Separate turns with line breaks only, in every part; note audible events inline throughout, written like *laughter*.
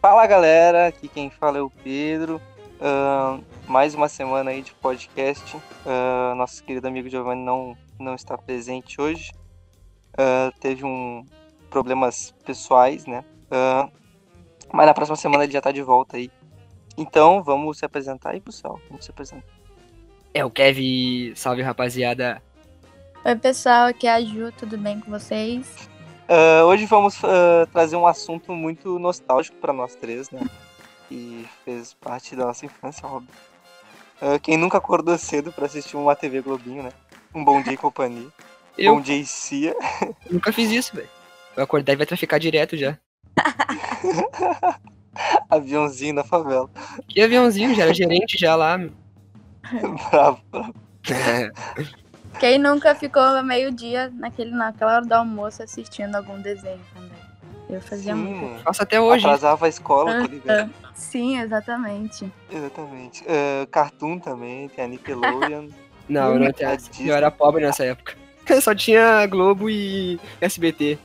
Fala galera, aqui quem fala é o Pedro. Ahn, mais uma semana aí de podcast. Ahn, nosso querido amigo Giovanni não, não está presente hoje. Ahn, teve um problemas pessoais, né? Ahn, mas na próxima semana ele já está de volta aí. Então vamos se apresentar aí, pessoal. Vamos se apresentar.
É o Kevin, salve rapaziada.
Oi, pessoal, aqui é a Ju, tudo bem com vocês?
Ahn, hoje vamos ah, trazer um assunto muito nostálgico para nós três, né? Que fez parte da nossa infância, óbvio. Ah, quem nunca acordou cedo para assistir uma TV Globinho, né? Um Bom Dia e Companhia.
*laughs* Eu
Bom Dia e Cia. *laughs*
nunca fiz isso, velho. Vai acordar e vai traficar direto já.
Aviãozinho na favela. *laughs*
Que aviãozinho, já era gerente já lá. meu.
Bravo.
Quem nunca ficou meio-dia naquele, naquela hora do almoço assistindo algum desenho também? Eu fazia
Sim,
muito.
mano.
Faço até hoje.
Atrasava a É escola, tá ligado?
Ah, ah, Sim, exatamente.
Exatamente. Ah, Cartoon também, tem a
*laughs*
Nickelodeon.
Não, eu não
A
tinha.
Disney.
Eu era pobre nessa época. *laughs* Eu só tinha Globo e
*laughs*
SBT.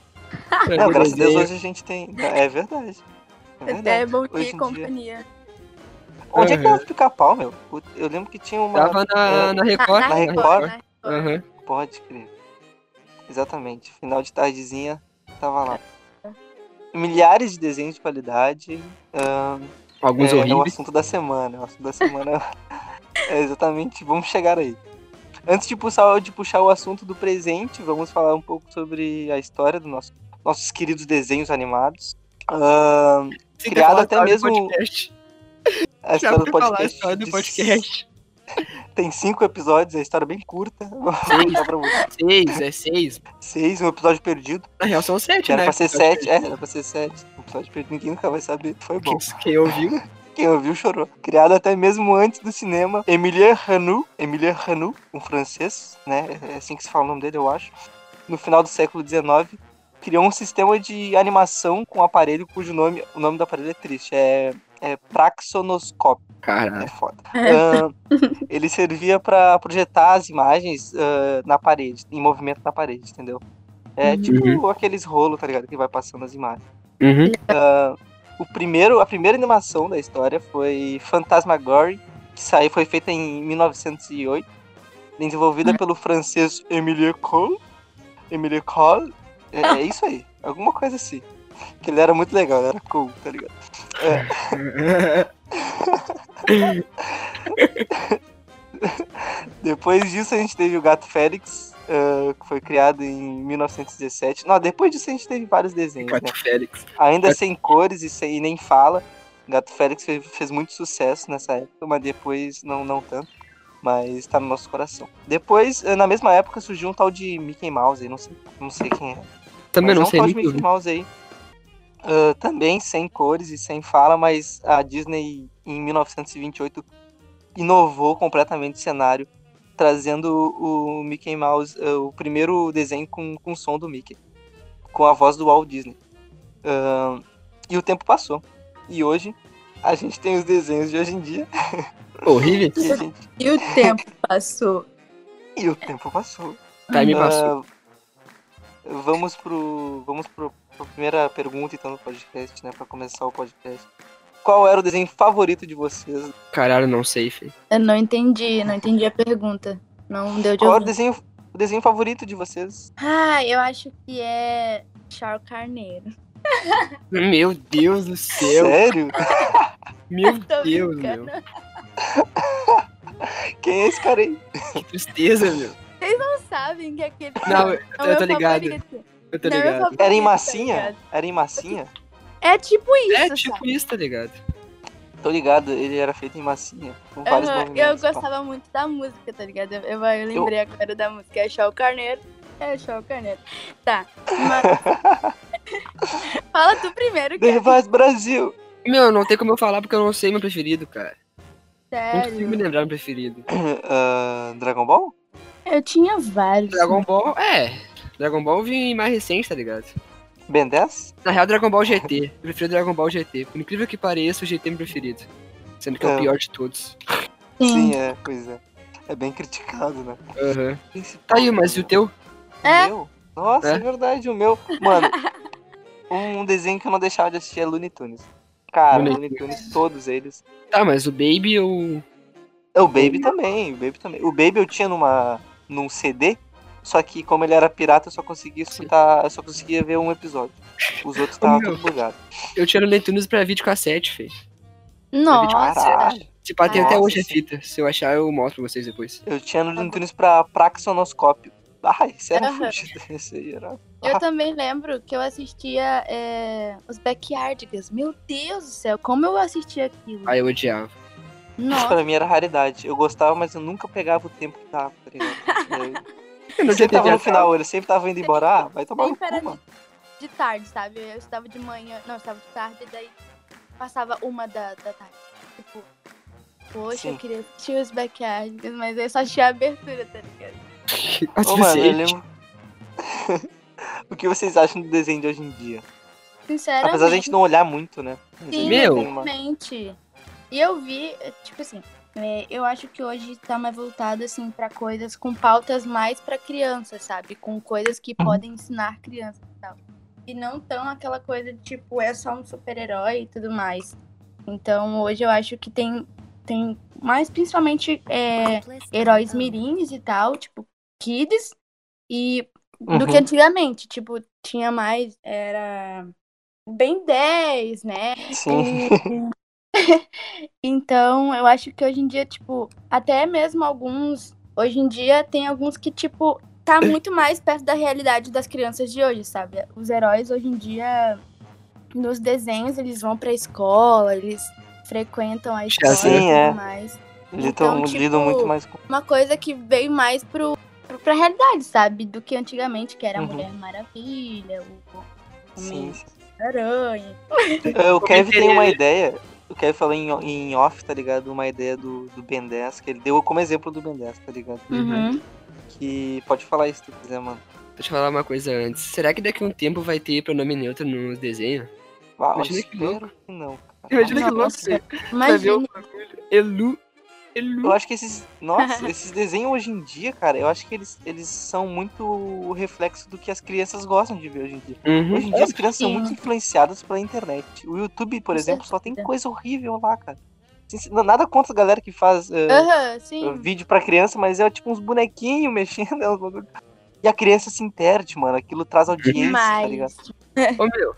Não, graças a Deus hoje a gente tem. É verdade. É
Até
verdade.
Bom Dia
Hoje
e
em
Companhia.
Onde é que
Aham.
tava o pica-pau, meu? Puta, Eu lembro que tinha uma.
Tava na,
É,
na Record.
na Record. É,
né?
Aham.
Pode crer. Exatamente. Final de tardezinha, tava lá. Milhares de desenhos de qualidade. ah,
Alguns
é, é o
horríveis.
assunto da semana. é O assunto da semana é *laughs* exatamente. Vamos chegar aí. Antes de puxar, de puxar o assunto do presente, vamos falar um pouco sobre a história dos nosso, nossos queridos desenhos animados. Ah,
Sim,
criado
tá
até
falando
mesmo-
podcast.
a
Já
história
foi
do
falar a
podcast.
história do
de-
podcast.
Tem cinco episódios, é uma história bem curta. Vou contar pra você.
Seis, é seis.
Seis, um episódio perdido.
Na real são sete,
Era
né?
pra ser sete, é, era pra ser sete. Um episódio perdido, ninguém nunca vai saber. Foi bom.
Quem, quem ouviu?
Quem ouviu chorou. Criado até mesmo antes do cinema, Emilien Ranou, Emilien Ranou, um francês, né? É assim que se fala o nome dele, eu acho. No final do século XIX, criou um sistema de animação com um aparelho cujo nome, o nome do aparelho é triste, é, é praxonoscópio,
Caralho.
é foda. Ahn, ele servia pra projetar as imagens ah, na parede, em movimento na parede, entendeu? É
Uhum.
tipo aqueles rolos, tá ligado? Que vai passando as imagens.
Uhum.
O primeiro, a primeira animação da história foi Fantasmagorie, que saiu, foi feita em 1908, desenvolvida pelo francês Émile Cole. Émile Cole, é, é isso aí, alguma coisa assim. Que ele era muito legal, ele era cool, tá ligado?
Uhum.
Depois disso a gente teve o Gato Félix, ah, que foi criado em 1917. Não, depois disso a gente teve vários desenhos, né?
Gato Félix.
Ainda
Gato-
sem cores e sem e nem fala. Gato Félix fez, fez muito sucesso nessa época, mas depois não, não tanto. Mas tá no nosso coração. Depois, eh, na mesma época, surgiu um tal de Mickey Mouse aí, não sei, não sei quem é. mas
Também não
é um
sei
tal
nem
de *laughs*
tudo.
Mickey Mouse aí. Ah, também sem cores e sem fala, mas a Disney em 1928 inovou completamente o cenário, trazendo o Mickey Mouse, ah, o primeiro desenho com, com o som do Mickey, com a voz do Walt Disney. Ah, e o tempo passou. E hoje a gente tem os desenhos de hoje em dia. *laughs*
Horrível?
E, a gente-
E o tempo passou.
e o tempo passou.
Tá, me passou.
Ah, vamos pro. Vamos pro, pra primeira pergunta então do podcast, né? Pra começar o podcast. Qual era o desenho favorito de vocês?
Caralho, não sei, filho.
Eu não entendi, não entendi a pergunta. Não deu de
Qual era o
ouvir.
desenho, o desenho favorito de vocês?
Ah, eu acho que é Charles Carneiro.
Meu Deus do céu.
Sério?
Meu
Tô
Deus,
brincando.
meu.
Quem é esse cara
*laughs*
aí?
Que tristeza, meu.
Não sabem que aquele
Não, eu,
é o
eu tô
meu
ligado.
favorito.
Eu tô
Não, eu
ligado.
favor-
Era em
Tá
massinha?
ligado.
Era em massinha?
É tipo isso,
É
sabe?
tipo isso, tá ligado?
Tô ligado, ele era feito em massinha. Com vários
Aham, eu
movimentos. pá.
gostava muito da música, tá ligado? Eu, eu, eu lembrei agora da música. É Shaw Carneiro. É Shaw Carneiro. Tá.
*laughs*
mas- Fala tu primeiro, que é
The Voice Brasil!
Meu, não tem como eu falar porque eu não sei meu preferido, cara. Não consigo me
sério.
lembrar meu preferido.
Ah, Dragon Ball?
Eu tinha vários.
Dragon Ball, é. Dragon Ball eu vi mais recente, tá ligado?
Ben 10?
Na real, Dragon Ball GT. Eu prefiro Dragon Ball GT. Por incrível que pareça, o GT é meu preferido. Sendo que é
É.
o pior de todos.
Sim.
Sim, é, pois é. É bem criticado, né?
Aham. Tá aí, mas e o teu?
O
É.
meu? Nossa, é.
É.
um verdade, o meu. Mano, um desenho que eu não deixava de assistir é Looney Tunes. Cara,
Looney
Looney
Tunes.
Tunes, todos eles.
Tá, mas o Baby eu.
É, O Baby também, o Baby também. O Baby eu tinha numa, num CD, só que como ele era pirata, eu só conseguia escutar, eu só conseguia ver um episódio. Os outros estavam
meu.
tudo bugado.
Eu tinha no Netunes pra videocassete, fei.
Nossa.
Caralho.
Se pá, tem até
Nossa,
hoje a
sim.
fita. Se eu achar, eu mostro pra vocês depois.
Eu tinha no Looney Tunes pra praxonoscópio. Ah, esse era
Aham.
fudido. Esse aí era
Eu também lembro que eu assistia é, os Backyardigans. Meu Deus do céu, como eu assistia aquilo.
Aí eu odiava.
Isso
Nossa,
pra mim era raridade. Eu gostava, mas eu nunca pegava o tempo que tava, tá ligado?
*laughs*
Eu
Eu
não
sempre tava
tinha
no final, ele sempre tava indo embora. Ah, vai tomar no
Sempre era
cu, mano.
de tarde, sabe? Eu estudava de manhã. Não, eu estudava de tarde, daí passava uma da, da tarde. Tipo, poxa,
Sim.
eu queria assistir os Backyardigans, mas eu só achei a abertura, tá ligado?
Tá
Ô, mano, eu lembro... *laughs* o que vocês acham do desenho de hoje em dia?
Sinceramente.
Apesar da gente não olhar muito, né? Mas
Sim,
ele
Meu.
tem uma-
Exatamente. E eu vi, é, tipo assim, é, eu acho que hoje tá mais voltado, assim, pra coisas com pautas mais pra criança, sabe? Com coisas que podem ensinar crianças e tal. E não tão aquela coisa de, tipo, é só um super-herói e tudo mais. Então, hoje eu acho que tem, tem mais, principalmente, é, heróis mirins e tal, tipo, kids. E do que
Uhum.
antigamente, tipo, tinha mais, era... Bem 10, né?
Sim.
Então, eu acho que hoje em dia, tipo, até mesmo alguns. Hoje em dia tem alguns que, tipo,
*coughs*
tá muito mais perto da realidade das crianças de hoje, sabe? Os heróis hoje em dia, nos desenhos, eles vão pra escola, eles frequentam a escola
Sim,
e tudo
é.
mais.
Eles
Então,
tão
tipo,
lidam muito mais com.
Uma coisa que veio mais pro, pro, pra realidade, sabe? Do que antigamente, que era a
Uhum.
Mulher Maravilha, o
Sim.
Homem-Aranha.
É, O Kevin tem
queria-
uma ideia. O Kevin falou em, em off, tá ligado? Uma ideia do, do Ben 10, que ele deu como exemplo do Ben 10, tá ligado?
Uhum.
Que pode falar isso se tu quiser, mano.
Deixa eu falar uma coisa antes. Será que daqui a um tempo vai ter pronome neutro nos desenhos?
Ah, eu
Imagina que
espero que não. cara.
Imagina que louco
Nossa,
você vai ver
Imagina.
o bagulho. Elu. Elu.
Uhum.
Eu acho que esses. Nossa,
*laughs*
esses desenhos hoje em dia, cara, eu acho que eles, eles são muito o reflexo do que as crianças gostam de ver hoje em dia. Hoje em dia as crianças são
Uhum. Sim.
muito influenciadas pela internet. O YouTube, por
Com
exemplo, só tem
certeza.
coisa horrível lá, cara. Sin- Nada contra a galera que faz eh,
Aham, sim.
vídeo pra criança, mas é tipo uns bonequinhos *laughs* mexendo. é uns bagulho- E a criança se interde, mano. Aquilo traz audiência, tá ligado?
Mas.
Ô, meu,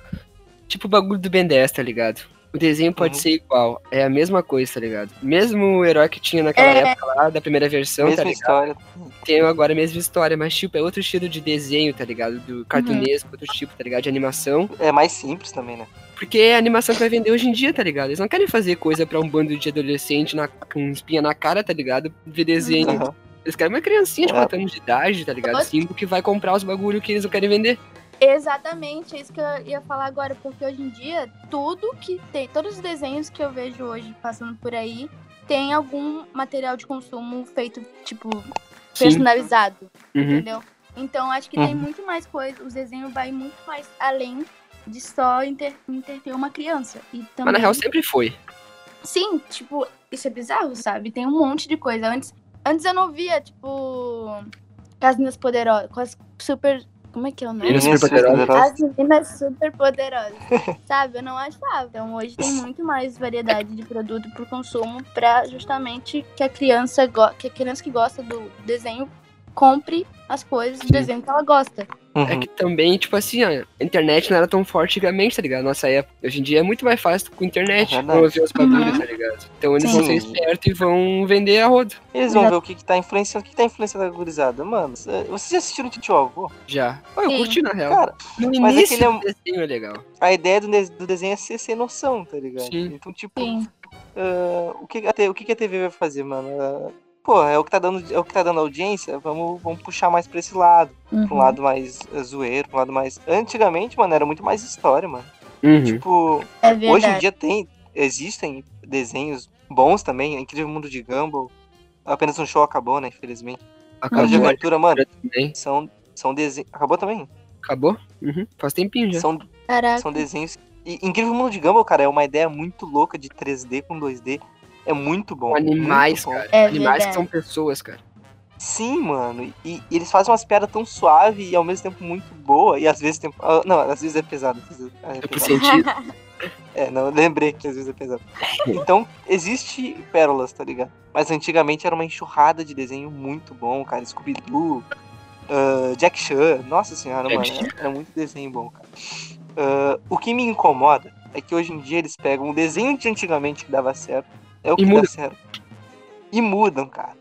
tipo o bagulho do Ben 10, tá ligado? O desenho pode
Uhum.
ser igual, é a mesma coisa, tá ligado? Mesmo o herói que tinha naquela
É.
época lá, da primeira versão, tá
Mesma
ligado?
história.
Tem agora a mesma história, mas tipo, é outro estilo de desenho, tá ligado?
Uhum.
Do cartunesco, outro tipo, tá ligado? De animação.
É mais simples também, né?
Porque é a animação que vai vender hoje em dia, tá ligado? Eles não querem fazer coisa pra um bando de adolescente na- com espinha na cara, tá ligado? Ver desenho.
Aham.
Eles querem uma criancinha de
Uhum. É.
4 anos de idade, tá ligado?
Nossa.
5 que vai comprar os bagulho que eles não querem vender.
Exatamente, é isso que eu ia falar agora, porque hoje em dia, tudo que tem, todos os desenhos que eu vejo hoje passando por aí, tem algum material de consumo feito, tipo,
Sim.
personalizado,
Uhum.
entendeu? Então acho que tem muito mais coisa, os desenhos vai muito mais além de só inter- interter uma criança. E também...
Mas na real sempre foi.
Sim, tipo, isso é bizarro, sabe? Tem um monte de coisa. Antes, antes eu não via, tipo, Casinhas Poderosas, com as super. Como é que é o nome?
Meninas
Meninas
superpoderosas.
superpoderosas.
As meninas super
*laughs*
poderosas, sabe? Eu não achava. Então hoje tem muito mais variedade de produto pro consumo pra justamente que a criança go- que a criança que gosta do desenho compre as coisas do
Sim.
desenho que ela gosta.
É
Uhum.
que também, tipo assim, ó, a internet não era tão forte antigamente, tá ligado? Nossa época. Hoje em dia é muito mais fácil com a internet
É verdade.
promover os bagulhos,
Uhum.
tá ligado? Então eles
Sim.
vão ser espertos e vão vender a roda.
Eles vão
Exato.
ver o que, que tá influenciando, o que, que tá influenciando a gurizada. Mano, eh, vocês já assistiram Titio Avô?
Já. Ó, eu
Sim.
curti, na real.
Cara,
No
mas
início
aquele é um-
do desenho é legal.
a ideia do, de- do desenho é ser sem noção, tá ligado?
Sim.
Então, tipo,
Sim.
ah, o, que, a T- o que que a TV vai fazer, mano? Ah, pô, é o que tá dando, é o que tá dando audiência, vamos, vamos puxar mais pra esse lado.
Uhum.
Pra um lado mais eh, zoeiro, pra um lado mais. Antigamente, mano, era muito mais história, mano.
Uhum.
Tipo,
É verdade.
Hoje em dia tem, existem desenhos bons também, Incrível Mundo de Gumball, apenas um show acabou, né, infelizmente. Hora de
Acabou.
Aventura, mano,
também.
são, são desenhos... Acabou também?
Acabou? Uhum. Faz tempinho já.
São,
Caraca.
são desenhos... E Incrível Mundo de Gumball, cara, é uma ideia muito louca de 3D com 2D, é muito bom.
Animais,
muito bom.
cara.
É
Animais que
verdade.
são pessoas, cara.
Sim, mano. E, e eles fazem umas piadas tão suave e ao mesmo tempo muito boa. E às vezes tem. ah, Não, às vezes é pesado. às vezes é
É pro
pesado.
sentido. *laughs*
É, não, eu lembrei que às vezes é pesado. Então, existe pérolas, tá ligado? Mas antigamente era uma enxurrada de desenho muito bom, cara. Scooby-Doo, ah, Jack Chan. Nossa senhora,
Jack
mano, era, era muito desenho bom, cara. Ah, o que me incomoda é que hoje em dia eles pegam o desenho de antigamente que dava certo, é o que
muda.
dá certo. E mudam, cara.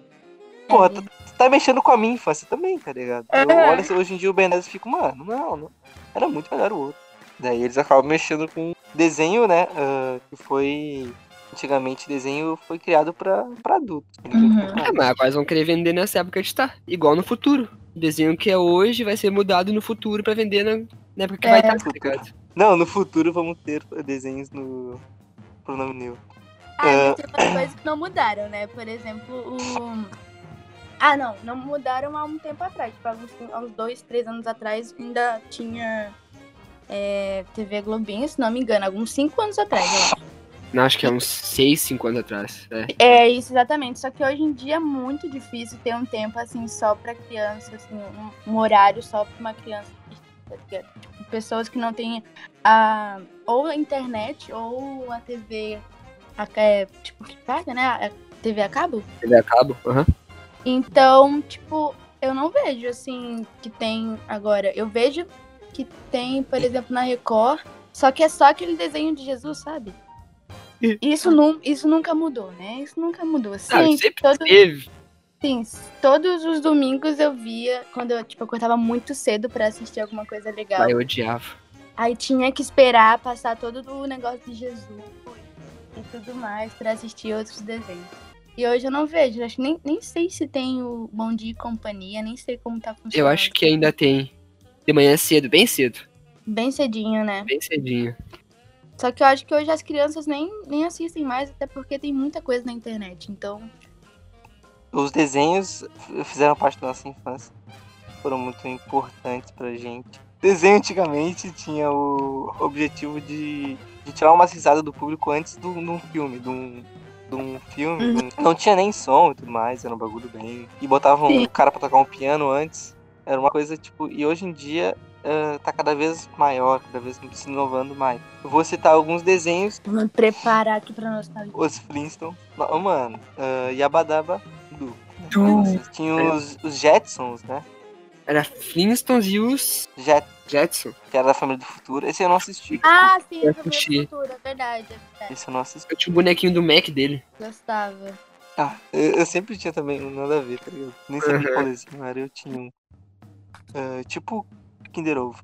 Porra, tu, tu tá mexendo com a minha infância também, tá ligado? Eu
Aham.
olho assim, hoje em dia o Ben 10 e fico, mano, não, não. Era muito melhor o outro. Daí eles acabam mexendo com desenho, né? ah, que foi. Antigamente desenho foi criado pra, pra adulto.
Uhum.
É, mas agora eles vão querer vender nessa época de tá. Igual no futuro. O desenho que é hoje vai ser mudado no futuro pra vender na, na época que vai
É.
estar, tá ligado?
Não, no futuro vamos ter desenhos no pronome new.
Ah, mas tem umas coisas que não mudaram, né? Por exemplo, o. Ah, não, não mudaram há um tempo atrás. Tipo, há uns, há uns dois, três anos atrás ainda tinha é, TV Globinho, se não me engano, alguns cinco anos atrás, eu acho.
Não, acho que é uns 6, 5 anos atrás. É.
É isso, exatamente. Só que hoje em dia é muito difícil ter um tempo assim só pra criança, assim, um, um horário só pra uma criança. tá ligado? Tipo, pessoas que não têm a, ou a internet ou a TV, a, é, tipo, que paga, né? A TV a cabo.
Ele acaba. Aham.
Então, tipo, eu não vejo assim que tem agora. Eu vejo que tem, por exemplo, na Record, só que é só aquele desenho de Jesus, sabe?
E-
Isso, nu isso nunca mudou, né? Isso nunca mudou.
Ah,
Sim,
sempre
todo,
teve.
sim, todos os domingos eu via, quando eu, tipo, eu acordava muito cedo pra assistir alguma coisa legal.
Mas eu odiava.
Aí tinha que esperar passar todo o negócio de Jesus e tudo mais pra assistir outros desenhos. E hoje eu não vejo, acho que nem, nem sei se tem o Bom Dia e Companhia, nem sei como tá funcionando.
Eu acho que ainda tem. De manhã cedo, bem cedo.
Bem cedinho, né?
Bem cedinho.
Só que eu acho que hoje as crianças nem, nem assistem mais, até porque tem muita coisa na internet. Então,
Os desenhos f- fizeram parte da nossa infância. Foram muito importantes pra gente. Desenho antigamente tinha o objetivo de, de tirar uma risada do público antes do- de um filme, de um, de um filme. de um- Não tinha nem som e tudo mais, era um bagulho bem. E botavam
Sim.
um cara pra tocar um piano antes. Era uma coisa tipo. E hoje em dia ah, tá cada vez maior, cada vez se inovando mais. Eu vou citar alguns desenhos
vamos preparar aqui pra nostalgia.
os Flintstones. Oh, mano, ah, Yabadaba Du.
Du.
Tinha os, os Jetsons, né?
Era Flintstones e os
Jet,
Jetson.
que era da família do futuro. Esse eu não assisti.
Ah, sim,
Eu
eu
assisti.
do futuro, é verdade, é verdade.
Esse eu não assisti.
Eu tinha o bonequinho do Mac dele.
Gostava.
Ah, eu, eu sempre tinha também um nada a ver, tá ligado? Nem sabia qual desenho era, eu tinha um. Ah, tipo Kinder Ovo.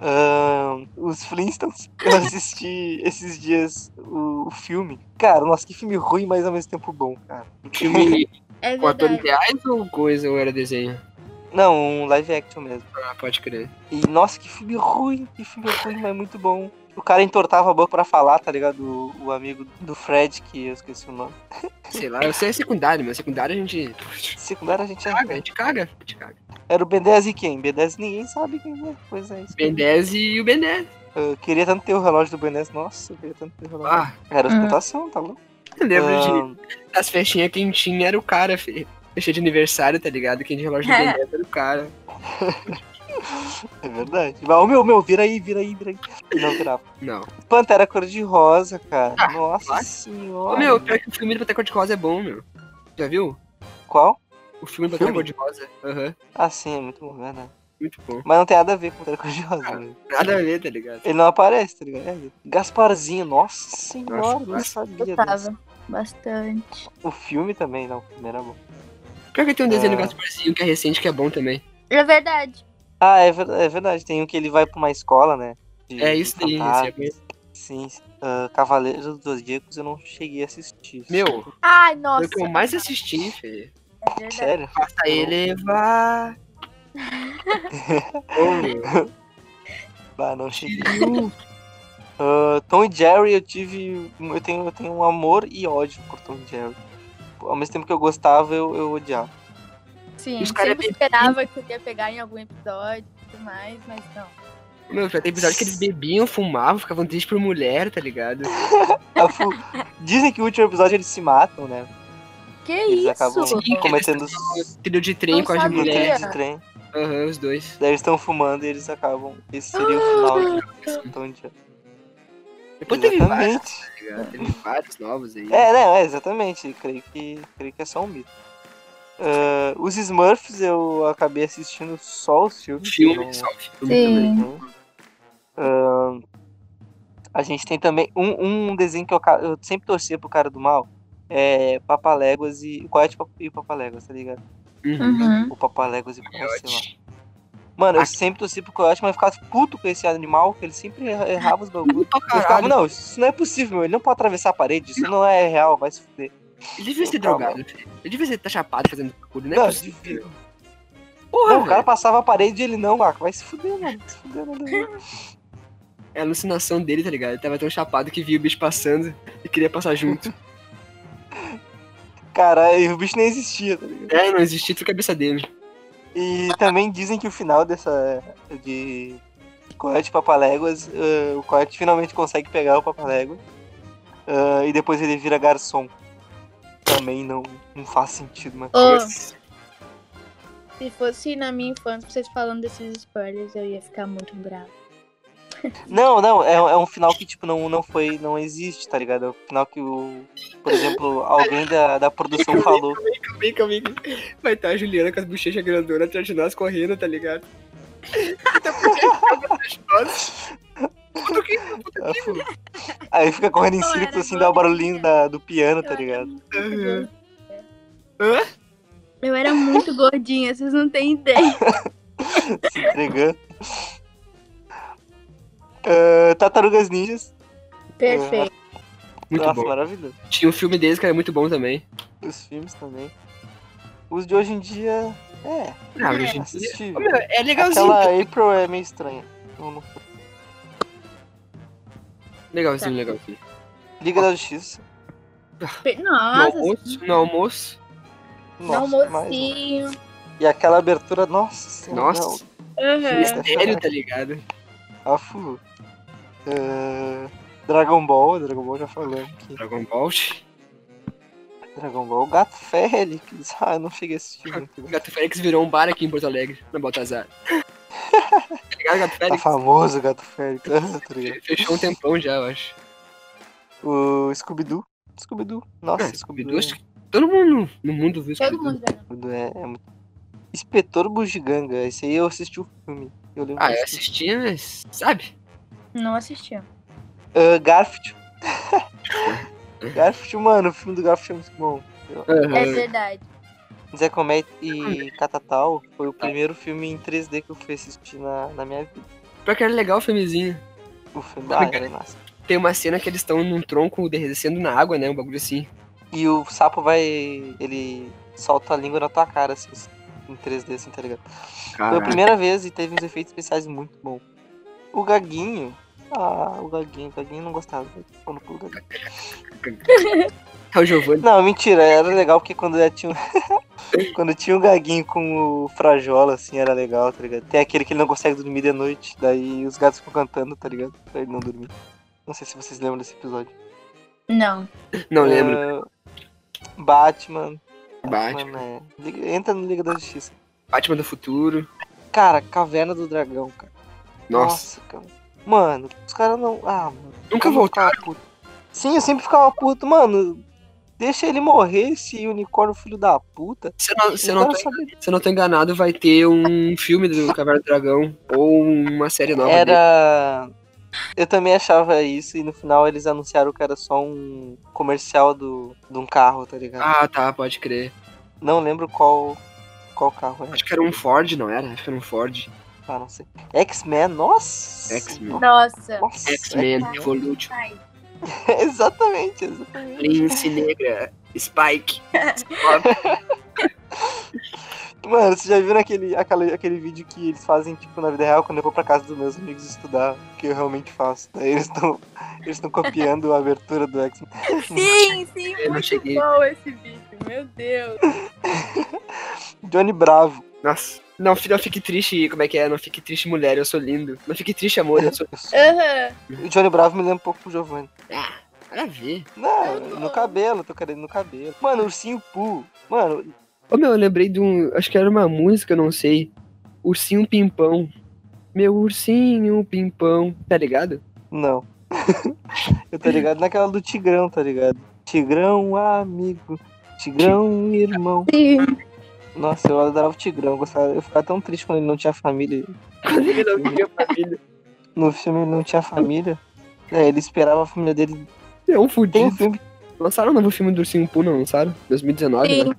Ah, os Flintstones, *laughs* eu assisti esses dias o, o filme. Cara, nossa, que filme ruim, mas ao mesmo tempo bom, cara.
*laughs*
Filme
É
um com atores
verdade.
reais ou coisa, ou era desenho?
Não, um live action mesmo.
Ah, pode crer.
E nossa, que filme ruim, que filme ruim, mas muito bom. O cara entortava a boca pra falar, tá ligado? O, o amigo do Fred, que eu esqueci o nome.
Sei lá, eu sei é secundário, mas secundário a gente
Secundário a gente é.
caga, a gente caga, a gente caga.
Era o Ben 10 e quem? Ben 10 ninguém sabe quem é. Pois é, isso.
Ben 10 e o Ben 10.
Eu queria tanto ter o relógio do Ben 10. Nossa, eu queria tanto ter o relógio.
Ah,
Era
Ah.
ostentação, tá louco?
eu lembro de
Ah,
as festinhas quem tinha era o cara, filho. Festa de aniversário, tá ligado? Quem tinha relógio do Ben 10 era o cara.
é verdade. Mas, ô meu, meu, vira aí, vira aí, vira aí. Não virava.
Não.
Pantera cor-de-rosa, cara.
Ah,
Nossa
claro. Ô,
senhora.
meu, pior que o filme do Pantera Cor-de-Rosa é bom, meu. Já viu?
Qual?
O filme do Pantera
Filme?
Cor-de-Rosa. Aham.
Ah, sim, é muito bom, verdade.
Muito bom.
Mas não tem nada a ver com Pantera cor-de-rosa. né?
Nada a ver, tá ligado?
Ele não aparece, tá ligado? É. Gasparzinho, nossa senhora, não
Nossa,
sabia disso.
Gostava bastante.
O filme também, não, o filme era bom.
Pior que tem um desenho
É.
do Gasparzinho que é recente, que é bom também.
É verdade.
Ah, é, ver- é verdade, tem um que ele vai pra uma escola, né? de-
É
de
isso daí,
fantasma.
esse é
Sim, sim. Ah, Cavaleiros dos Zodíacos eu não cheguei a assistir.
Meu,
Ai,
foi
nossa.
o que eu mais assisti, filho.
É verdade.
sério?
Faça elevar. Ô, meu.
Ah, não cheguei.
Shiryu.
Ah, Tom e Jerry, eu tive. Eu tenho, eu tenho um amor e ódio por Tom e Jerry. Ao mesmo tempo que eu gostava, eu, eu odiava.
Sim,
Os caras
sempre
bebem.
esperava que eu ia pegar em algum episódio e tudo mais, mas não.
Meu, já tem episódio que eles bebiam, fumavam, ficavam tristes por mulher, tá ligado?
Ah, *laughs* A fu- Dizem que o último episódio eles se matam, né?
Que
Eles
isso?
acabam
Sim,
cometendo
eles estão no trilho de trem
Não
com as
sabia.
no trilho
mulheres.
de trem.
Aham, os dois.
Daí eles estão fumando e eles acabam. Esse seria o final de Tom e Jerry.
Depois teve vários,
Exatamente.
tá ligado? Teve vários novos aí.
É, não, é, exatamente. Creio que, creio que é só um mito. Ah, os Smurfs eu acabei assistindo só os
Um
filmes. Então,
filme,
não-
só um filme também.
Sim.
Uhum. Ahn, Ah, a gente tem também um, um desenho que eu, ca- eu sempre torcia pro cara do mal. É Papaléguas e. Qual é e Papaléguas, tá ligado?
Uhum. É
Uhum.
O Papaléguas e Coyote, sei lá.
Coyote.
Mano, eu
Ah.
sempre torci pro Coyote, mas eu ficava puto com esse animal, que ele sempre erra- errava os bagulhos.
Pra
Eu ficava,
caralho.
não, isso não é possível, meu. Ele não pode atravessar a parede, isso não é real, vai se fuder.
Ele devia ser
Calma.
drogado. filho. Ele devia estar chapado fazendo bagulho, né?
Não,
Porra,
Não, o cara
velho.
passava a parede e ele não, Marco, vai se fuder, mano. Vai se fuder, nada a ver.
É a alucinação dele, tá ligado? Ele tava tão chapado que via o bicho passando e queria passar junto. *laughs*
Cara, e o bicho nem existia, tá ligado?
é, não existia tudo cabeça dele.
E também dizem que o final dessa. de. Coyote e Papaléguas, eh, o Coyote finalmente consegue pegar o Papaléguas. eh, e depois ele vira garçom. Também não, não faz sentido, mas.
Ô,
Esse-
se fosse na minha infância, vocês falando desses spoilers, eu ia ficar muito brava.
Não, não, é, é um final que, tipo, não, não foi. não existe, tá ligado? É um final que o. Por exemplo, alguém da, da produção falou.
Vem cá, vem cá. Vai estar a Juliana com as bochechas grandonas atrás de nós correndo, tá ligado? Então, por que que ela tá atrás de nós? Puta, que-
Aí fica correndo em
Não,
círculos
era
assim, dá o
igual
barulhinho da, do piano, tá ligado?
Aham.
Eu era muito gordinha, vocês não têm ideia.
Se entregando. Ah, Tartarugas Ninjas.
Perfeito.
Muito
Nossa,
bom.
maravilhoso.
Tinha um filme deles que era muito bom também.
Os filmes também. Os de hoje em dia. É,
Ah,
É.
gente, Ô,
assistível.
meu, é legalzinho.
Aquela April é meio estranha. Não- não-
Legalzinho,
Tá.
legalzinho.
Liga da Justiça.
Pe-
No
Nossa,
almoço, no almoço.
no
Nossa, mais um.
almocinho.
E aquela abertura, nossa. senhora, não.
Nossa,
Aham.
mistério, tá ligado?
Afu. É, Dragon Ball, Dragon Ball já falamos que
Dragon Ball.
Dragon Ball, Gato Félix. Ah, eu não cheguei a assistir muito.
O
né?
Gato Félix virou um bar aqui em Porto Alegre,
*laughs*
na Baltazar. tá ligado, Gato
Tá
Félix?
famoso o Gato Félix. *laughs* Ah, tá ligado?
Fechou um tempão já, eu acho.
o Scooby-Doo. Scooby-Doo. Nossa,
Não,
Scooby-Doo. é
Scooby-Doo, acho que todo mundo no mundo viu
Todo
Scooby-Doo.
mundo vendo.
Scooby-Doo é, é muito... Inspetor Bugiganga. Esse aí eu assisti o filme. Eu lembro
Ah,
disso.
eu assisti, mas sabe?
Não assistia.
Ah,
*laughs*
Garfield. Garfield, mano, o filme do Garfield é muito bom.
É verdade.
Zé Comet e Catatal foi
Tá.
o primeiro filme em 3D que eu fui assistir na, na minha vida.
É, Pior que era legal o filmezinho.
O filme
Tá
ah,
ligado?
era massa.
Tem uma cena que eles estão num tronco descendo na água, né? Um bagulho assim.
E o sapo vai. Ele solta a língua na tua cara, assim, em 3D, assim, tá ligado? Foi a primeira vez e teve uns efeitos especiais muito bons. O Gaguinho. Ah, o Gaguinho. O Gaguinho não gostava. né? Pô, no cu do Gaguinho.
É o Giovanni.
Não, mentira. Era legal porque quando já tinha. um- *laughs* quando tinha o Gaguinho com o Frajola, assim, era legal, tá ligado? Tem aquele que ele não consegue dormir de noite. Daí os gatos ficam cantando, tá ligado? Pra ele não dormir. Não sei se vocês lembram desse episódio.
Não.
Não lembro.
Ah, Batman.
Batman.
Batman é- Liga- Entra no Liga da Justiça.
Batman do Futuro.
Cara, Caverna do Dragão, cara.
Nossa.
cara. Mano, os caras não. Ah, mano.
Nunca
eu não
voltaram.
ficava puto. Sim, eu sempre ficava puto, mano. Deixa ele morrer, esse unicórnio filho da puta.
Se eu não, se eu
Eu
não,
quero
tô,
saber.
se eu não tô enganado, vai ter um filme do Caverna do Dragão. Ou uma série nova. dele.
Era. Eu também achava isso, e no final eles anunciaram que era só um comercial do, de um carro, tá ligado?
Ah, tá, pode crer.
Não lembro qual qual carro era,
Acho que era um Ford, não era? Acho que era um Ford.
ah, não sei. X-Men, nossa!
X-Men.
Nossa.
Nossa!
X-Men,
Tá.
Evolution,
Ai.
*laughs* exatamente, exatamente.
Lince Negra, Spike.
Mano, vocês já viram aquele, aquele, aquele vídeo que eles fazem, tipo, na vida real, quando eu vou pra casa dos meus amigos estudar, que eu realmente faço. Daí eles estão eles tão *laughs* copiando a abertura do X-Men.
Sim, sim,
Eu não
muito
cheguei.
bom esse vídeo, meu Deus.
Johnny Bravo,
Nossa. Não, fi- não fique triste, como é que é? Não fique triste, mulher,
É.
eu sou lindo. Não fique triste, amor, eu sou.
eu sou.
Aham.
O Johnny Bravo me lembra um pouco o Giovanni.
Nada a ver.
Não, no cabelo, tô querendo no cabelo. Mano, ursinho Poo. Mano,
Ô meu, eu lembrei de um. Acho que era uma música, não sei. Ursinho Pimpão. Meu ursinho Pimpão. Tá ligado? *laughs*
não. *laughs* eu tô ligado naquela do Tigrão, tá ligado? Tigrão, amigo. Tigrão, irmão. Nossa, eu adorava o Tigrão. eu Gostava, eu ficava tão triste quando ele não tinha família.
Quando ele não tinha família.
No filme ele não tinha família. É, ele esperava a família dele.
É um
Tem um
fudido.
filme.
Lançaram um novo filme do Ursinho Poo, não lançaram? 2019, né?
Sim.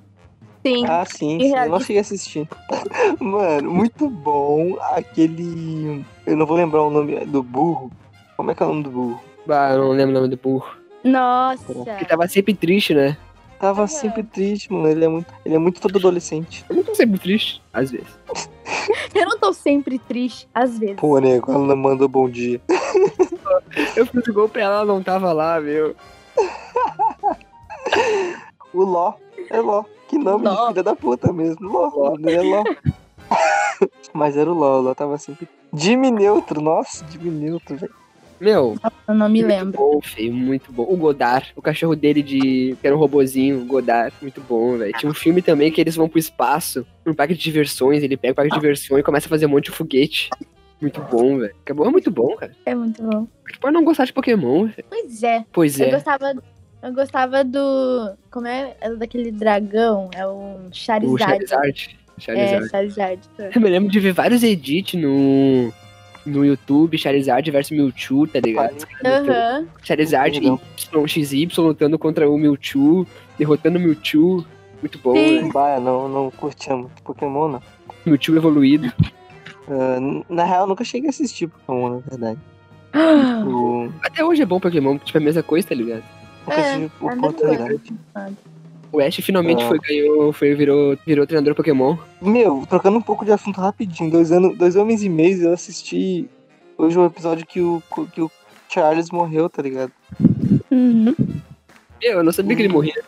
Sim.
Ah, sim, sim. Eu não cheguei a assistir. *laughs* Mano, muito bom. Aquele. Eu não vou lembrar o nome do burro. Como é que é o nome do burro?
Bah, Ah, eu não lembro o nome do burro.
Nossa.
Ele tava sempre triste, né?
Tava
É.
sempre triste, mano. Ele é muito, ele é muito todo adolescente.
Eu não tô sempre triste, às vezes.
Eu não tô sempre triste, às vezes.
Pô, nego, ela não mandou bom dia.
Eu fiz o gol pra ela, ela não tava lá, meu.
O Ló. É Ló. Que nome de
Ló.
filha da puta mesmo. Ló. O nome dele é Ló. Mas era o Ló. O Ló tava sempre. Jimmy Neutro. Nossa, Jimmy Neutro, velho.
Meu,
Eu não me
muito
lembro.
bom, feio, muito bom. O Godard, o cachorro dele de. que era um robozinho, o Godard, muito bom, velho. Tinha um filme também que eles vão pro espaço, um parque de diversões, ele pega o parque de diversões e começa a fazer um monte de foguete. Muito bom, velho. Acabou, é muito bom, cara.
É muito bom.
Tu pode não gostar de Pokémon, velho.
Pois é.
Pois
Eu
é.
gostava. Eu gostava do. Como é? é daquele dragão? É o
O
Charizard.
Charizard. Charizard.
É, Charizard.
Eu me lembro de ver vários edits no. No YouTube, Charizard versus Mewtwo, tá ligado?
Aham.
Charizard e
Legal.
XY lutando contra o Mewtwo, derrotando o Mewtwo. Muito bom,
Sim.
né?
Bah, não, não curtia muito Pokémon, não.
Mewtwo evoluído.
Ah, n- na real, eu nunca cheguei a assistir Pokémon, na verdade. O,
*laughs* Até hoje é bom Pokémon, tipo, é a mesma coisa, tá ligado?
nunca
É,
tive
é a mesma
oportunidade.
O Ash finalmente
Ah.
foi, ganhou, foi, virou, virou treinador Pokémon.
Meu, trocando um pouco de assunto rapidinho, dois, anos, dois homens e meio, eu assisti hoje o episódio que o, que o Charles morreu, tá ligado?
Uhum.
Meu, eu não sabia
Uhum.
que ele morria.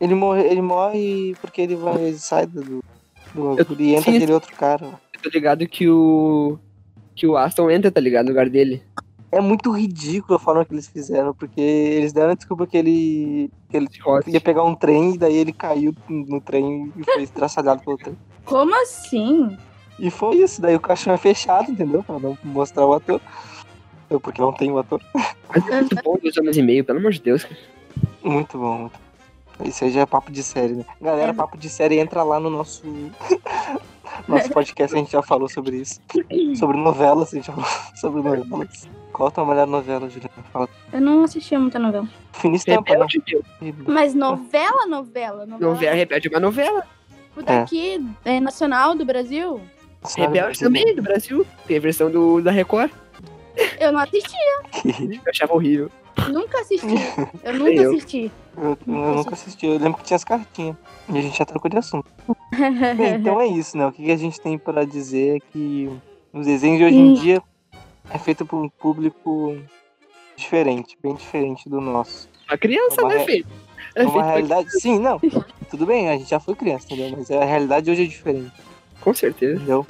Ele morre, ele morre porque ele vai ele sai do, do bagulho e entra
sim,
aquele outro cara.
Eu tô ligado que o. que o Aston entra, tá ligado? No lugar dele.
É muito ridículo a forma que eles fizeram, porque eles deram a desculpa que ele, que ele
De rosa.
ia pegar um trem e daí ele caiu no trem e foi estraçalhado pelo trem.
Como assim?
E foi isso, daí o caixão é fechado, entendeu? Pra não mostrar o ator. Eu- Porque não tem o ator.
Mas é muito bom dois homens e meio, pelo amor de Deus. cara.
Muito bom, muito bom. Isso aí já é papo de série, né? Galera,
É.
papo de série entra lá no nosso. *laughs* nosso podcast, a gente já falou sobre isso. Sobre novelas, a gente já falou *laughs* sobre novelas. Qual a tua melhor novela, Juliana? Fala.
Eu não assistia muita novela.
Finis Tampa, não.
Rebelde, meu.
né?
Mas novela, novela, novela.
Novela, Rebelde é uma novela.
tipo, daqui, é. nacional do Brasil,
Rebelde também, do Brasil. Tem a versão do,
*laughs*
da Record.
eu não assisti.
Eu achava horrível.
Nunca assisti.
*laughs*
Eu
Nem
nunca
eu.
assisti.
Eu, eu nunca assisti, eu lembro que tinha as cartinhas. E a gente já trocou de assunto.
*laughs*
Bem, então é isso, né? O que que a gente tem pra dizer é que os desenhos de hoje em
Hum.
dia é feito por um público diferente, bem diferente do nosso.
Uma criança,
Uma
né,
re-
filho? É
É
*laughs*
uma
feito
realidade. Sim, não. Tudo bem, a gente já foi criança, entendeu? Mas a realidade hoje é diferente,
pra- Com certeza.
entendeu?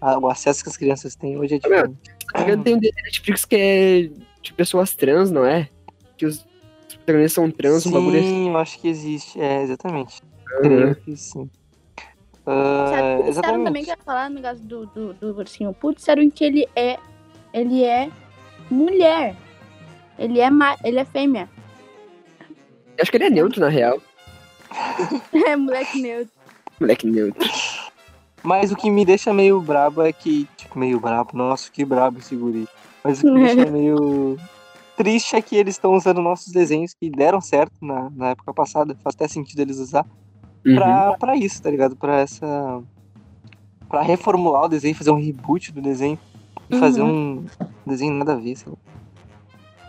A- O acesso que as crianças têm hoje é
Ah, Meu,
diferente.
Se não me engano, tem um desenho da Netflix que é de pessoas trans, não é? Que os os protagonistas são trans, um bagulho assim.
Sim, eu acho que existe. É, exatamente.
né?
Creio que sim. Ah,
Sabe, disseram também
exatamente.
que ia falar no caso do, do, do ursinho Poo, disseram que ele é ele é mulher. Ele é ma- ele é fêmea. *laughs*
Acho que ele é neutro, na real.
É moleque neutro.
Moleque neutro.
Mas o que me deixa meio brabo é que. Tipo, meio brabo, nossa, que brabo esse guri. Mas o que me deixa meio triste é que eles estão usando nossos desenhos que deram certo na, na época passada, faz até sentido eles usar,
Uhum.
pra, pra isso, tá ligado? Pra essa. Pra reformular o desenho, fazer um reboot do desenho e fazer um desenho nada a ver, sei lá.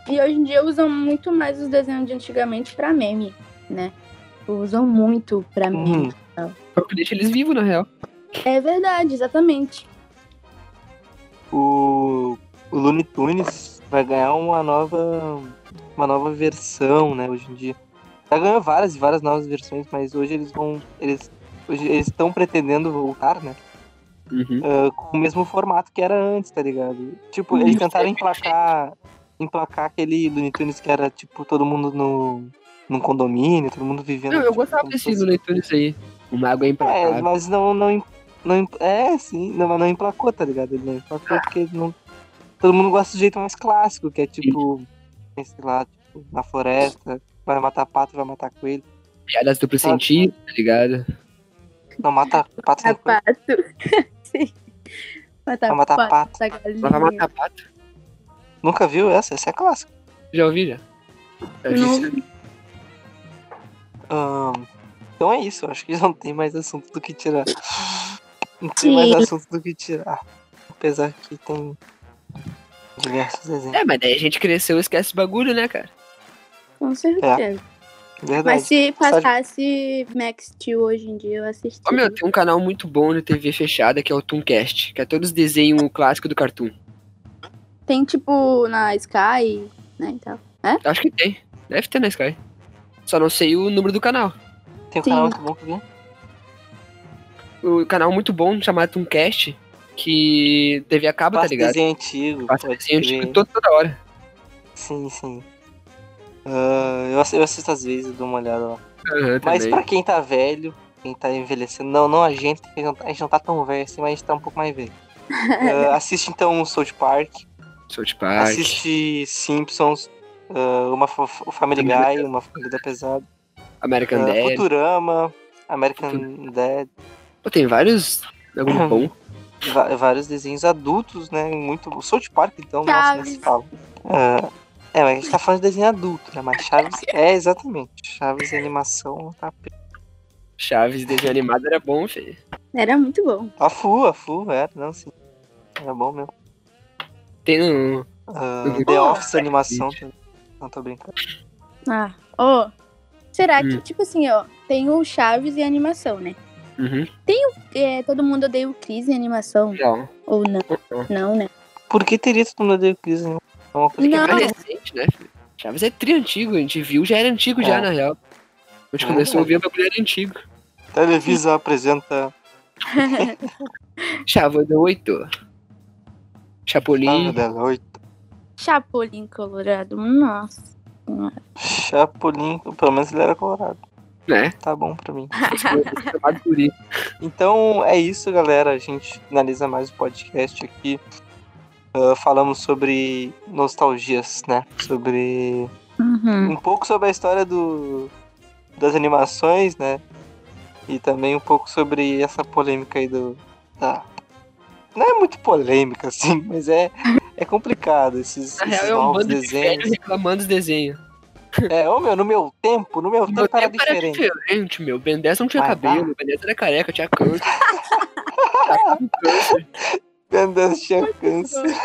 E hoje em dia usam muito mais os desenhos de antigamente pra meme, né? Usam muito pra meme.
Uhum.
É o que deixa eles vivos, na real.
É verdade, exatamente.
O, o Looney Tunes vai ganhar uma nova, uma nova versão, né, hoje em dia. Já ganhou várias e várias novas versões, mas hoje eles vão. Eles hoje eles estão pretendendo voltar, né? eh,
Uhum.
ah, com o mesmo formato que era antes, tá ligado? Tipo, eles tentaram emplacar emplacar aquele do Looney Tunes que era, tipo, todo mundo no, num condomínio, todo mundo vivendo.
Não, eu
tipo,
gostava
como
desse
se fosse-
do leitor isso aí. Uma água
É,
implacável.
mas não, não, em- não. em- É, sim, não, mas não emplacou, tá ligado? Ele não emplacou porque ele não. Todo mundo gosta do jeito mais clássico, que é tipo, sei lá, tipo, na floresta, vai matar pato, vai matar coelho.
Piadas duplo sentido, tá ligado?
Não, mata pato, não, coelho.
Pato. É *laughs* Sim. Matar
Vai matar
pato,
pato.
essa galinha.
Ela vai
Uhum.
matar pato.
Nunca viu essa? Essa é clássica.
Já ouvi já? Eu
Não.
disse-
Ahn, então é isso, acho que não tem mais assunto do que tirar. Não tem mais
Sim.
assunto do que tirar. Apesar que tem diversos desenhos.
É, mas daí a gente cresceu e esquece esse bagulho, né, cara?
Com certeza. Mas
É, Verdade.
se passasse Max Steel hoje em dia, eu assistiria.
Ô, meu, tem um canal muito bom na TV fechada que é o Tooncast, que é todos desenham o clássico do Cartoon.
Tem tipo na Sky, né? e tal.
Acho que tem. Deve ter na Sky. Só não sei o número do canal.
Tem um canal
Sim.
muito bom que eu vi.
O canal muito bom chamado Tooncast, que TV acaba, tá
Passa
ligado?
desenho antigo.
Passa
pode
desenho
crer.
tipo, toda, toda hora.
Sim, sim. Ah, eu, ass- eu assisto às vezes, dou uma olhada lá.
Aham,
Mas
também.
pra quem tá velho, quem tá envelhecendo, não, não a gente, que a gente não tá- a gente não tá tão velho assim, mas a gente tá um pouco mais velho. Ah, assiste então o South Park,
South Park.
assiste Simpsons, ah, uma fa- o Family
Family
Guy, uma família pesada,
American
ah,
Dad.
Futurama, American Dad,
Pô, tem vários.
Uhum.
Algum bom.
va- vários desenhos adultos, né? Muito. O South Park, então, nossa, nem se
Chaves.
fala. Ah, é, mas a gente tá falando de desenho adulto, né? Mas
*laughs*
Chaves. É, exatamente. Chaves e animação tá
Chaves, desenho animado era bom, filho.
Era muito bom.
A Fu, a Fu, é, não, sim. Era bom mesmo.
Tem um.
Ah,
Eu vi
The
que-
Office animação. também. Não tô brincando.
Ah, ó. Será que,
Hum.
tipo assim, ó, tem o Chaves e a animação, né?
Uhum.
É, todo mundo odeia o Cris em animação,
Não.
ou não,
não.
não, né?
Por que teria todo mundo odeia o Chris? né? É uma coisa
Porque
Não.
é mais recente, né, filho? Chaves é tri antigo, a gente viu, já era antigo já,
É.
na real. A gente
É
começou a
verdade.
ouvir o bagulho era antigo.
que Televisa apresenta.
Chavanda 8.
Sábado
é Chapolin.
da noite.
Chapolin Colorado, nossa.
Chapolin, pelo menos ele era colorado.
né?
Tá bom pra mim. *laughs*
Chamado por isso.
Então é isso, galera. A gente finaliza mais o podcast aqui. Ah, falamos sobre nostalgias, né? Sobre.
Uhum.
um pouco sobre a história do, das animações, né? E também um pouco sobre essa polêmica aí do. Da... Não é muito polêmica, assim, *laughs* mas é, é complicado esses,
Na
esses
real, é um
novos
bando de velho
desenhos.
reclamando dos desenhos.
É, ô meu, no meu tempo, no meu
Meu
tempo era
tempo era
diferente.
diferente, meu. Ben 10 não tinha
Mas
cabelo, Ben 10 era careca, tinha *laughs* câncer. Tava com câncer.
Meu Deus, tinha câncer.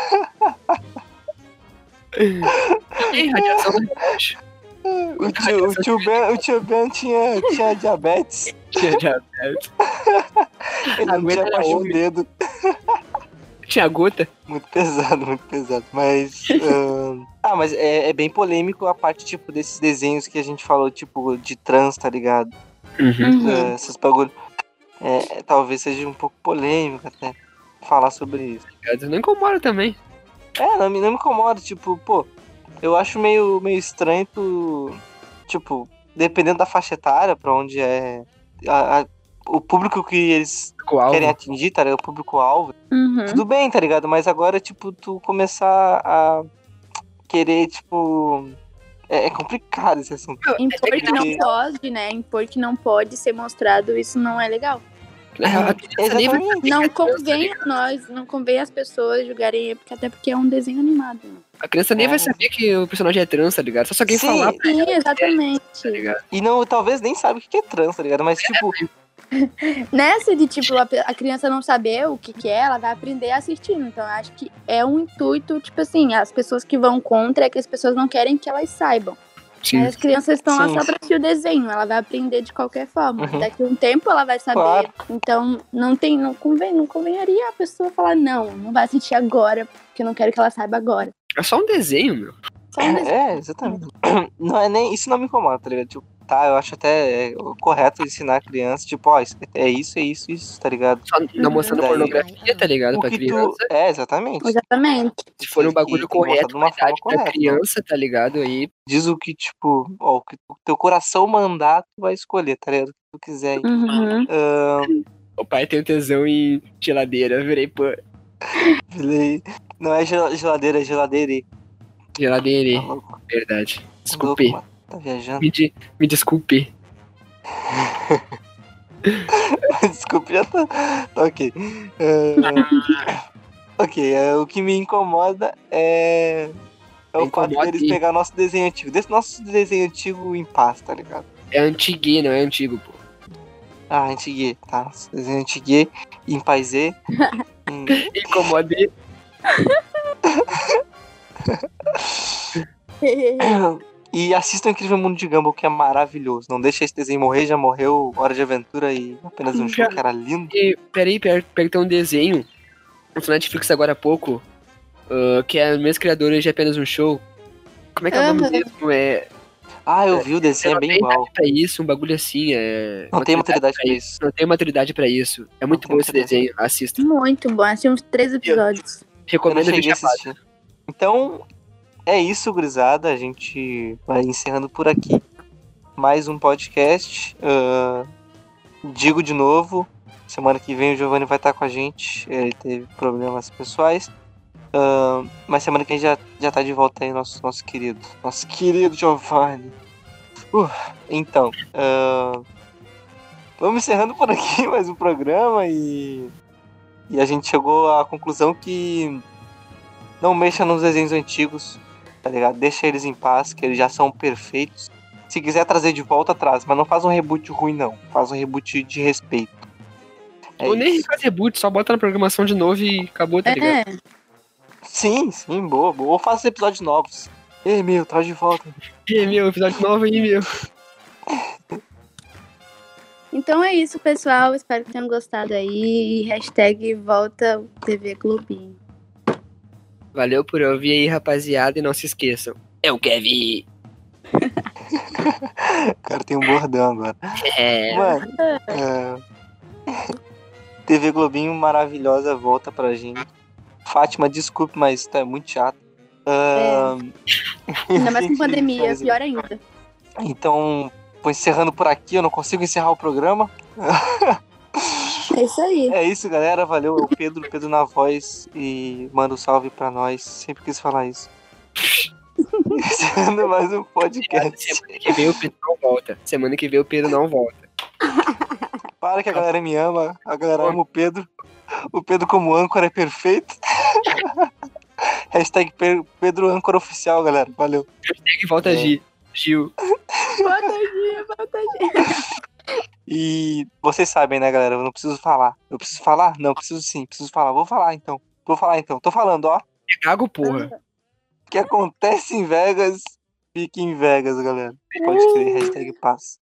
Tem radiação no relógio.
O tio, o tio Ben, o tio ben tinha, tinha diabetes.
Tinha diabetes.
Ele não
Aguenta
tinha
era
baixo o
homem.
dedo.
Tinha gota.
Muito pesado, muito pesado.
*laughs*
Mas. ahn, Ah, mas é, é bem polêmico a parte, tipo, desses desenhos que a gente falou, tipo, de trans, tá ligado?
Uhum.
Hum,
Ah, esses bagulho. É, é, talvez seja um pouco polêmico até falar sobre isso.
Obrigado. Não incomoda também.
É, não me, não me incomoda, tipo, pô, eu acho meio, meio estranho tu. Tipo, dependendo da faixa etária, pra onde é. a- a- o público que eles
Qual? É,
querem atingir, tá ligado? O público-alvo.
Uhum.
Tudo bem, tá ligado? Mas agora, tipo, tu começar a querer, tipo. É, é complicado esse assunto.
Impor que
Porque-
não pode, né? Impor que não pode ser mostrado, isso não é legal.
A criança nem
Exatamente.
vai é
Não
criança, né?
convém a nós, não convém as pessoas julgarem, porque até porque é um desenho animado. né?
A criança nem vai saber que o personagem é trans, tá ligado? Só se alguém
Sim.
falar,
Sim,
tá
exatamente.
ligado?
E não, talvez nem sabe o que que é trans, tá ligado? Mas, tipo,
Nessa de, tipo, a, pe- a criança não saber o que que é, ela vai aprender assistindo. Então, eu acho que é um intuito, tipo assim, as pessoas que vão contra é que as pessoas não querem que elas saibam. Mas as crianças estão lá
Sim.
só pra assistir o desenho, ela vai aprender de qualquer forma.
Uhum.
Daqui a um tempo ela vai saber.
Claro.
Então não tem, não convém, não convenharia a pessoa falar, não, não vai assistir agora, porque eu não quero que ela saiba agora.
É só um desenho, meu.
Só um
*clears throat*
desenho.
é, exatamente. Não é nem, isso não me incomoda, tá ligado? Tipo, tá, eu acho até é, correto ensinar a criança, tipo, ó, isso- é isso, é isso, isso, tá ligado?
Só
Uhum.
não mostrando
Daí-
pornografia, tá ligado?
O
Pra
que tu-
criança.
É, exatamente.
Exatamente.
Se for um
E-
bagulho
e mostrar
correto,
de uma
uma
forma
idade pra
correta.
criança, tá ligado? Aí
Diz o que, tipo, ó, o que o teu coração mandar, tu vai escolher, tá ligado? O que tu quiser. *laughs*
Uhum.
Ahn,
o pai tem um tesão em geladeira, virei pô.
falei- não é gel- geladeira, é geladeira. Tá
Geladeira,
louco, tá
verdade.
louco,
Desculpe,
mano. Tá viajando. *laughs*
me, de- me desculpe.
Desculpe, já tá. tá ok. Ahn, ok, é, o que me incomoda é. É o fato
Incomoda
deles
e-
pegar nosso desenho antigo. Desse nosso desenho antigo em paz, tá ligado?
É antiguinho, não é antigo, pô.
Ah, antiguê, tá. Nosso desenho antiguê, em paisê. em-
Incomoda
E assistam o Incrível Mundo de Gumball, que é maravilhoso. Não deixa esse desenho morrer, já morreu Hora de Aventura e apenas um show, que era lindo.
E, peraí, pera, pera que tem um desenho no Netflix agora há pouco, ah, que é o mesmo criador de apenas um show. Como é que é o nome
Aham.
mesmo? É,
Ah, eu vi o desenho, é
ela
bem
tem
igual.
pra isso, um bagulho assim. É,
Não tem maturidade pra
pra
isso.
Não tem maturidade pra isso. É muito
tem
bom esse
maturidade.
desenho, assista.
Muito bom. Assim, uns três episódios.
Eu não
Recomendo
cheguei
vídeo
a assistir. Então, é isso, gurizada. A gente vai encerrando por aqui. Mais um podcast. Ahn, digo de novo, semana que vem o Giovanni vai estar com a gente. Ele teve problemas pessoais. Ahn, mas semana que vem já, já tá de volta aí nosso, nosso querido. Nosso querido Giovanni. Uh, então, ahn, vamos encerrando por aqui *laughs* mais um programa e, e a gente chegou à conclusão que não mexa nos desenhos antigos, tá ligado? Deixa eles em paz, que eles já são perfeitos. Se quiser trazer de volta, traz, mas não faz um reboot ruim, não. Faz um reboot de respeito. É
Ou nem
isso.
faz reboot, só bota na programação de novo e acabou, tá ligado?
É,
Sim, sim, boa, boa. Ou faz episódios novos. Ei, meu, traz de volta.
E é meu, episódio novo aí, meu.
Então é isso, pessoal. Espero que tenham gostado aí. E hashtag volta o TV Globinho.
Valeu por ouvir aí, rapaziada, e não se esqueçam. É Eu quero vir.
O cara tem um bordão agora.
É.
Mano, é. *laughs* TV Globinho maravilhosa volta pra gente. Fátima, desculpe, mas tu é muito chato. Ahn,
É. Ainda mais com pandemia,
Mas-
pior ainda.
Então, vou encerrando por aqui. Eu não consigo encerrar o programa.
É isso aí.
É isso, galera. Valeu, é o Pedro, Pedro na voz. E manda um salve pra nós. Sempre quis falar isso. *laughs* Encerrando mais um podcast.
Semana que vem o Pedro não volta. Semana que vem o Pedro não volta.
Para que a galera me ama. A galera ama o Pedro. O Pedro como âncora é perfeito. *laughs* Hashtag Pe- Pedro âncora oficial, galera. Valeu.
Tem que volta
É.
Gil. Gil.
E vocês sabem, né, galera? Eu não preciso falar. Eu preciso falar? Não, preciso sim. Preciso falar. Vou falar, então. Vou falar, então. Tô falando, ó.
É Cago, porra.
O que acontece em Vegas, fique em Vegas, galera. Pode crer, hashtag paz.